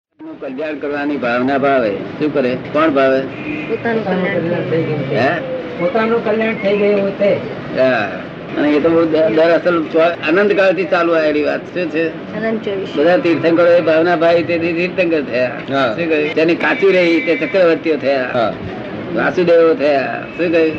પોતાનું કલ્યાણ કરવાની ભાવના ભાવે શું કરે કોણ ભાવે પોતાનું કલ્યાણ થઈ ગયું હે પોતાનું કલ્યાણ થઈ ગયું તે હા. અને એ તો બહુ દર- દરઅસલ સ્વ- અનંતકાળથી ચાલુ આવેલી વાત શું છે અનંત ચોવીસ બધા તીર્થંકરો એ ભાવના ભાઈ તે તીર્થંકર થયા હા. શું કહ્યું તેની કાચી રહી તે ચક્રવર્તીઓ થયા વાસુદેવો થયા શું કહ્યું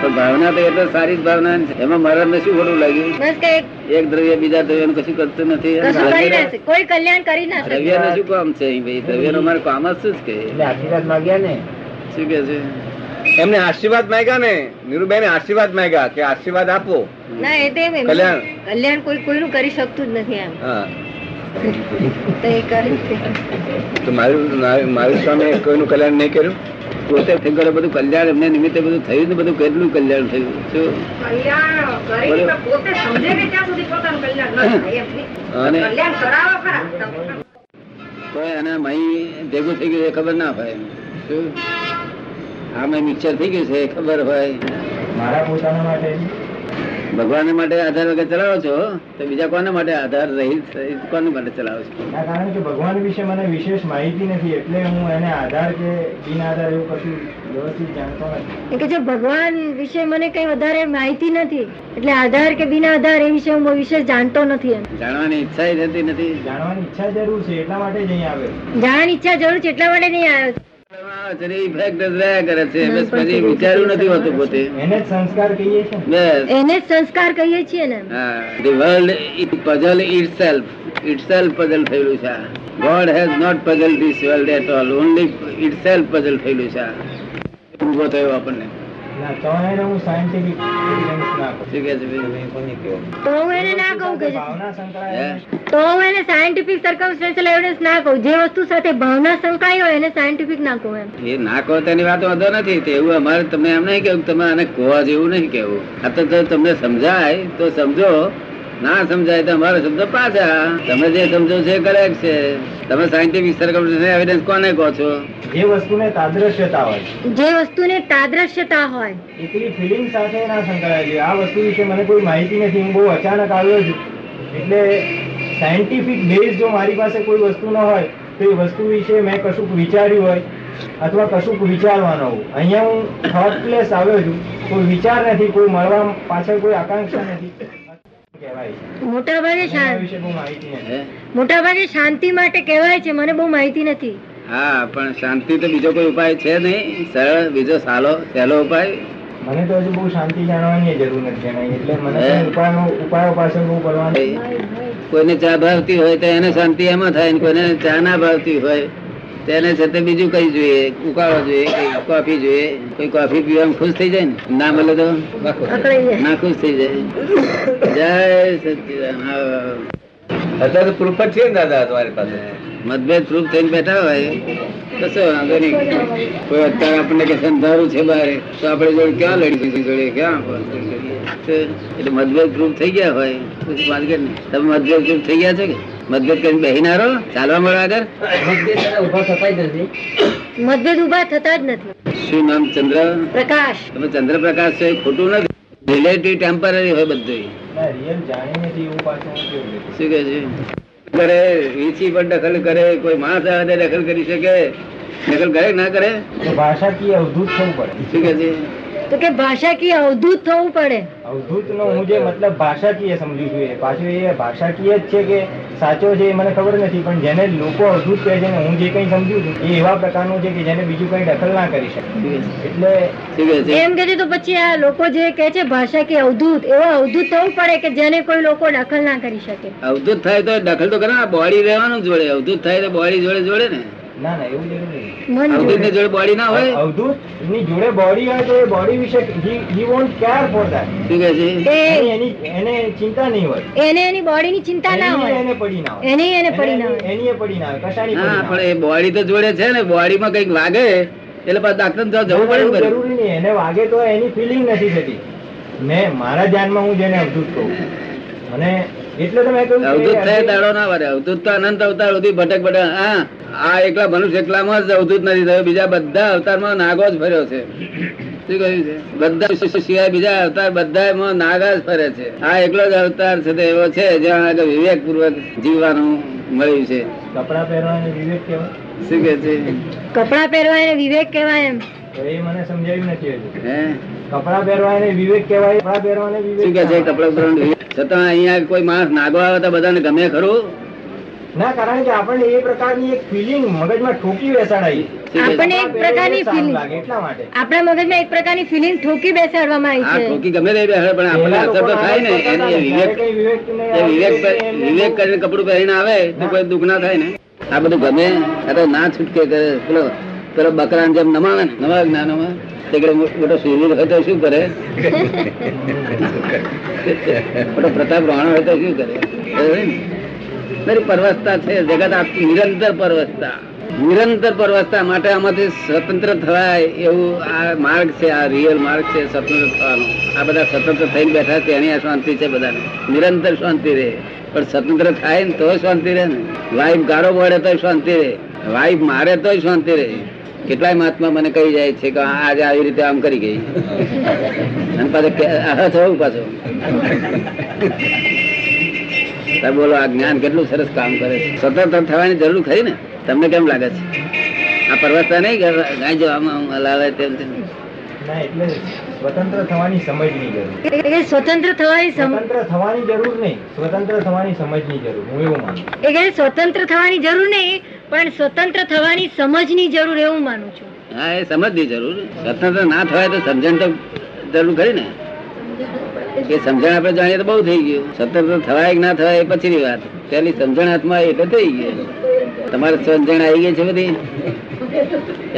પણ ભાવના તો એટલે સારી જ ભાવના છે એમાં મારા શું ખોટું લાગ્યું બસ કે એક દ્રવ્ય બીજા દ્રવ્યનું કશું કરતું નથી કશું કરી ના શકે કોઈ કલ્યાણ કરી ના શકે દ્રવ્ય શું કામ છે ભાઈ દ્રવ્ય નું અમારે કામ જ શું છે એટલે આશીર્વાદ માંગ્યા ને શું કે છે એમને આશીર્વાદ માંગ્યા ને નીરુબેને આશીર્વાદ માંગ્યા કે આશીર્વાદ આપો ના એ તો એમ એમ. કલ્યાણ. કલ્યાણ કોઈ કોઈનું કરી શકતું જ નથી આમ હા તો એ કરે છે. તો મારું મારું- મારું સ્વામી કોઈનું કલ્યાણ નહીં કર્યું પોતે ઠેકાણે બધું કલ્યાણ એમને નિમિત્તે બધું થયું ને બધું કેટલું કલ્યાણ થયું શું? કલ્યાણ કરી પણ પોતે સમજે ને ત્યાં સુધી પોતાનું કલ્યાણ ન થાય એમ અને કલ્યાણ કરાવો ખરા તમે. તો એને મહી ભેગું થઈ ગયું એ ખબર ના હોય શું? આમાં મિક્સર થઈ ગયું છે એ ખબર હોય ભગવાન માટે આધાર વગર ચલાવો છો તો બીજા કોના માટે આધાર રહિત રહિત કોના માટે ચલાવો છો ના, કારણ કે ભગવાન વિશે મને વિશેષ માહિતી નથી એટલે હું એને આધાર કે બિન આધાર એવું કશું વ્યવસ્થિત જાણતો નથી એ કે જો ભગવાન વિશે મને કઈ વધારે માહિતી નથી એટલે આધાર કે બિના આધાર એ વિશે હું બહુ વિશેષ જાણતો નથી એમ જાણવાની ઈચ્છા ય થતી નથી જાણવાની ઈચ્છા જરૂર છે એટલા માટે જ અહીં આવ્યો જાણવાની ઈચ્છા જરૂર છે એટલા માટે નહીં આવ્યો શરીર effect જ રહ્યા કરે છે બસ પછી વિચાર્યું નથી હોતું પોતે એને જ સંસ્કાર કહીએ છીએ ને. બસ એને જ સંસ્કાર કહીએ છીએ ને હા The world is puzzle itself. Itself puzzle થયેલું છે આ. God has not puzzled this world at all. Only itself puzzle થયેલું છે આ. ઊભો થયો આપણને. ના, તો એને હું scientific evidence ના કહું. શું કહે છે ભાઈ? તો હું એને ના કહું કે ભાવના હે? સંકળાયેલ છે. તો હું એને સાયન્ટિફિક સર્કમસ્ટન્શિયલ એવિડન્સ ના કહું જે વસ્તુ સાથે ભાવના સંકળાઈ હોય એને સાયન્ટિફિક ના કહું એમ એ ના કહો તેની વાત વાંધો નથી તે એવું અમારે તમને એમ નહીં કેવું તમે આને કહો જેવું નહીં કેવું આ તો જો તમને સમજાય તો સમજો ના સમજાય તો અમારો શબ્દ પાછા તમે જે સમજો છો એ કરેક્ટ છે તમે સાયન્ટિફિક સર્કમ એવિડન્સ કોને કહો છો જે વસ્તુને તાદ્રશ્યતા હોય જે વસ્તુને તાદ્રશ્યતા હોય એકલી ફિલિંગ સાથે ના સંકળાયેલી હોય. આ વસ્તુ વિશે મને કોઈ માહિતી નથી હું બહુ અચાનક આવ્યો છું એટલે સાયન્ટિફિક બેઝ જો મારી પાસે કોઈ વસ્તુ ન હોય તો એ વસ્તુ વિશે મેં કશુંક વિચાર્યું હોય અથવા કશુંક વિચારવાનો હોય અહીંયા હું થર્ડ પ્લેસ આવ્યો છું કોઈ વિચાર નથી કોઈ મળવા પાછળ કોઈ આકાંક્ષા નથી કહેવાય છે. મોટાભાગે એના શાંતિ વિશે બહુ માહિતી નથી હે મોટાભાગે શાંતિ માટે કહેવાય છે મને બહુ માહિતી નથી હા પણ શાંતિ તો બીજો કોઈ ઉપાય છે નહીં સરળ બીજો સાલો સહેલો ઉપાય મને તો હજુ બહુ શાંતિ જાણવાની જરૂર નથી જણાય એટલે મને હે? કોઈ ઉપાયો ઉપાયો પાછળ બહુ કરવાનું કોઈને ચા ભાવતી હોય તો એને શાંતિ એમાં થાય ને કોઈને ચા ના ભાવતી હોય તેને છતાં બીજું કઈ જોઈએ ઉકાળો જોઈએ કઈ કોફી જોઈએ કોઈ કોફી પીવામાં ખુશ થઈ જાય ને ના મળે તો પકડાઈ જાય ના ખુશ થઈ જાય જય સચિદાન અત્યારે તો proof જ છે ને દાદા તમારી પાસે મતભેદ પ્રૂફ થઈને બેઠા હોય તો શું વાંધો નહીં કોઈ અત્યારે આપણને કે સંધારું છે બહાર તો આપણે જોડે ક્યાં લડીશું જોડે ક્યાં આપણે લડીએ? એટલે મતભેદ પ્રૂફ થઈ ગયા હોય પછી વાંધો નહીં તમે મતભેદ પ્રૂફ થઈ ગયા છો કે મતભેદ કરીને બેહીના રહો ચાલવા મળો આગળ મતભેદ ઉભા થતા જ નથી શું નામ ચંદ્ર પ્રકાશ તમે ચંદ્રપ્રકાશ છો એ ખોટું નથી રિલેટિવ ટેમ્પરરી હોય બધું રિયલ જાણી નથી એવું પાછું હું કેવું નથી. શું કહે છે કરે વીછી પણ દખલ કરે કોઈ માણસ આવે તો દખલ કરી શકે દખલ કરે કે ના કરે તો ભાષાકીય અવધૂત થવું પડે શું કહે છે તો કે ભાષાકીય અવધૂત થવું પડે અવધૂત નો હું જે મતલબ ભાષાકીય સમજુ છું એ પાછું એ ભાષાકીય જ છે કે સાચો છે એ મને ખબર નથી પણ જેને લોકો અવધૂત કહે છે ને હું જે કંઈ સમજુ છું એ એવા પ્રકારનું છે કે જેને બીજું કંઈ દખલ ના કરી શકે શું કહે છે? એટલે શું કહે છે એમ કે છે તો પછી આ લોકો જે કહે છે ભાષાકીય અવધૂત એવા અવધૂત થવું પડે કે જેને કોઈ લોકો દખલ ના કરી શકે અવધૂત થાય તો દખલ તો કરે બોડી રહેવાનું જોડે અવધૂત થાય તો બોડી જોડે જોડે ને ના ના એવું જરૂરી મન અવધૂત ને જોડે બોડી ના હોય અવધૂત ની જોડે બોડી હોય તો એ બોડી વિશે he won't care for that શું કહે છે એ એની એને ચિંતા નહીં હોય એને એની બોડીની ચિંતા ના એની હોય એને પડી ના હોય એને એને પડી ના એની- હોય એની એ પડી ના હોય કશાની પડી ના ના પણ હોય. એ બોડી તો જોડે છે ને બોડીમાં કંઈક વાગે એટલે પાછું ડાક્ટર ને ત્યાં જવું પડે ને એવું પાછું. જરૂરી નહીં એને વાગે તો એની ફિલિંગ નથી થતી મેં મારા ધ્યાનમાં હું જેને અવધૂત કહું અને એટલે તો મેં કહ્યું કે અવધૂત થાય અવધૂત- દાડો ના વારે અવધૂત તો અનંત અવતાર સુધી ભટક ભટક હા આ એકલા મનુષ્ય એકલામાં જ અવધૂત નથી થયો બીજા બધા અવતારમાં નાગો જ ફર્યો છે શું કહ્યું છે બધા શિ- સિવાય બીજા અવતાર બધા નાગા જ ફરે છે આ એકલો જ અવતાર છે તે એવો છે જ્યાં આગળ વિવેક પૂર્વક જીવવાનું મળ્યું છે કપડાં પહેરવાને વિવેક કહેવાય શું કે છે કપડાં પહેરવા એને વિવેક કહેવાય એમ તો એ મને સમજાયું નથી હજુ હે કપડાં પહેરવાને વિવેક કહેવાય કપડાં પહેરવાને શું વિવેક કે છે કહેવાય. કપડાં ઉપકરણ વિવેક? છતાં અહીંયા કોઈ માણસ નાગો આવે તો બધાને ગમે ખરું ના કારણ કે આપણને એ પ્રકારની એક ફિલિંગ મગજમાં ઠોકી બેસાડાઈ શું કે છે? આપણને એક પ્રકારની સારું feeling. લાગે એટલા માટે આપણા મગજમાં એક પ્રકારની ફિલિંગ ઠોકી બેસાડવામાં આ આવી છે ઠોકી ગમે તે બેસે પણ આપણને પહેલા અસર તો લોકો થાય ને આળસ એની કરતા એ હતા. વિવેક એ વિવેક જ્યારે કંઈ વિવેકને આવડે પર- એટલે એમને વિવેક બહુ- કરીને કપડું પહેરીને આવે તો કોઈ દુઃખ ના થાય ને આ બધું ગમે અરે ના છૂટકે કરે પેલો પેલો બકરાને જેમ નમાવે ને નવા જ્ઞાનોમાં તેકડે મો- મોટો સુરવીર હોય તો શું કરે મોટો પ્રતાપ રાણા હોય તો શું કરે બરાબર ને? મારી પરવસતા છે જગત આ નિરંતર પરવસતા નિરંતર પરવસતા માટે આમાંથી સ્વતંત્ર થવાય એવું આ માર્ગ છે આ રિયલ માર્ગ છે સ્વતંત્ર થવાનો આ બધા સ્વતંત્ર થઈને બેઠા છે એની આ શાંતિ છે બધાને નિરંતર શાંતિ રહે પણ સ્વતંત્ર થાય ને તો શાંતિ રહે ને વાઈફ ગાળો પડે તો શાંતિ રહે વાઈફ મારે તોય શાંતિ રહે કેટલાય મહાત્મા મને કહી જાય છે કે હા, આજે આવી રીતે આમ કરી ગઈ અને પાછું કે- આહ થયું પાછું તમે બોલો આ જ્ઞાન કેટલું સરસ કામ કરે છે સ્વતંત્ર થવાની જરૂર ખરી ને તમને કેમ લાગે છે આ પરવસતા નહીં કે ગાય જો આમ આમ હલાવે તેમ તેમ ના એટલે સ્વતંત્ર થવાની સમજની જરૂર એ સ્વતંત્ર થવાની સમ- સ્વતંત્ર થવાની જરૂર નહીં સ્વતંત્ર થવાની સમજની જરૂર હું એવું માનું એ કે સ્વતંત્ર થવાની જરૂર નહીં પણ સ્વતંત્ર થવાની સમજની જરૂર એવું માનું છું હા એ સમજવી જરૂર સ્વતંત્ર ના થવાય તો સમજણ તો જરૂર ખરી ને એ સમજણ આપણે જાણીએ તો બહુ થઈ ગયું સ્વતંત્ર થવાય કે ના થવાય એ પછીની વાત પેલી સમજણ હાથમાં આવી એટલે થઈ ગયું તમારે સમજણ આવી ગઈ છે બધી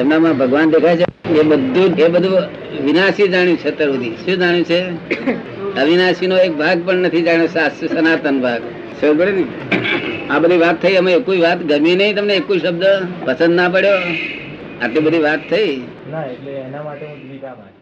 એમનામાં ભગવાન દેખાય છે એ બધું એ બધું વિનાશી જાણ્યું છે અત્યાર સુધી શું જાણ્યું છે અવિનાશી નો એક ભાગ પણ નથી જાણ્યો શાસ્ત્ર સનાતન ભાગ સમજ પડે ને આ બધી વાત થઈ અમે એકુય વાત ગમી નહીં તમને એકુય શબ્દ પસંદ ના પડ્યો આટલી બધી વાત થઈ ના એટલે એના માટે હું દ્વિધા માનું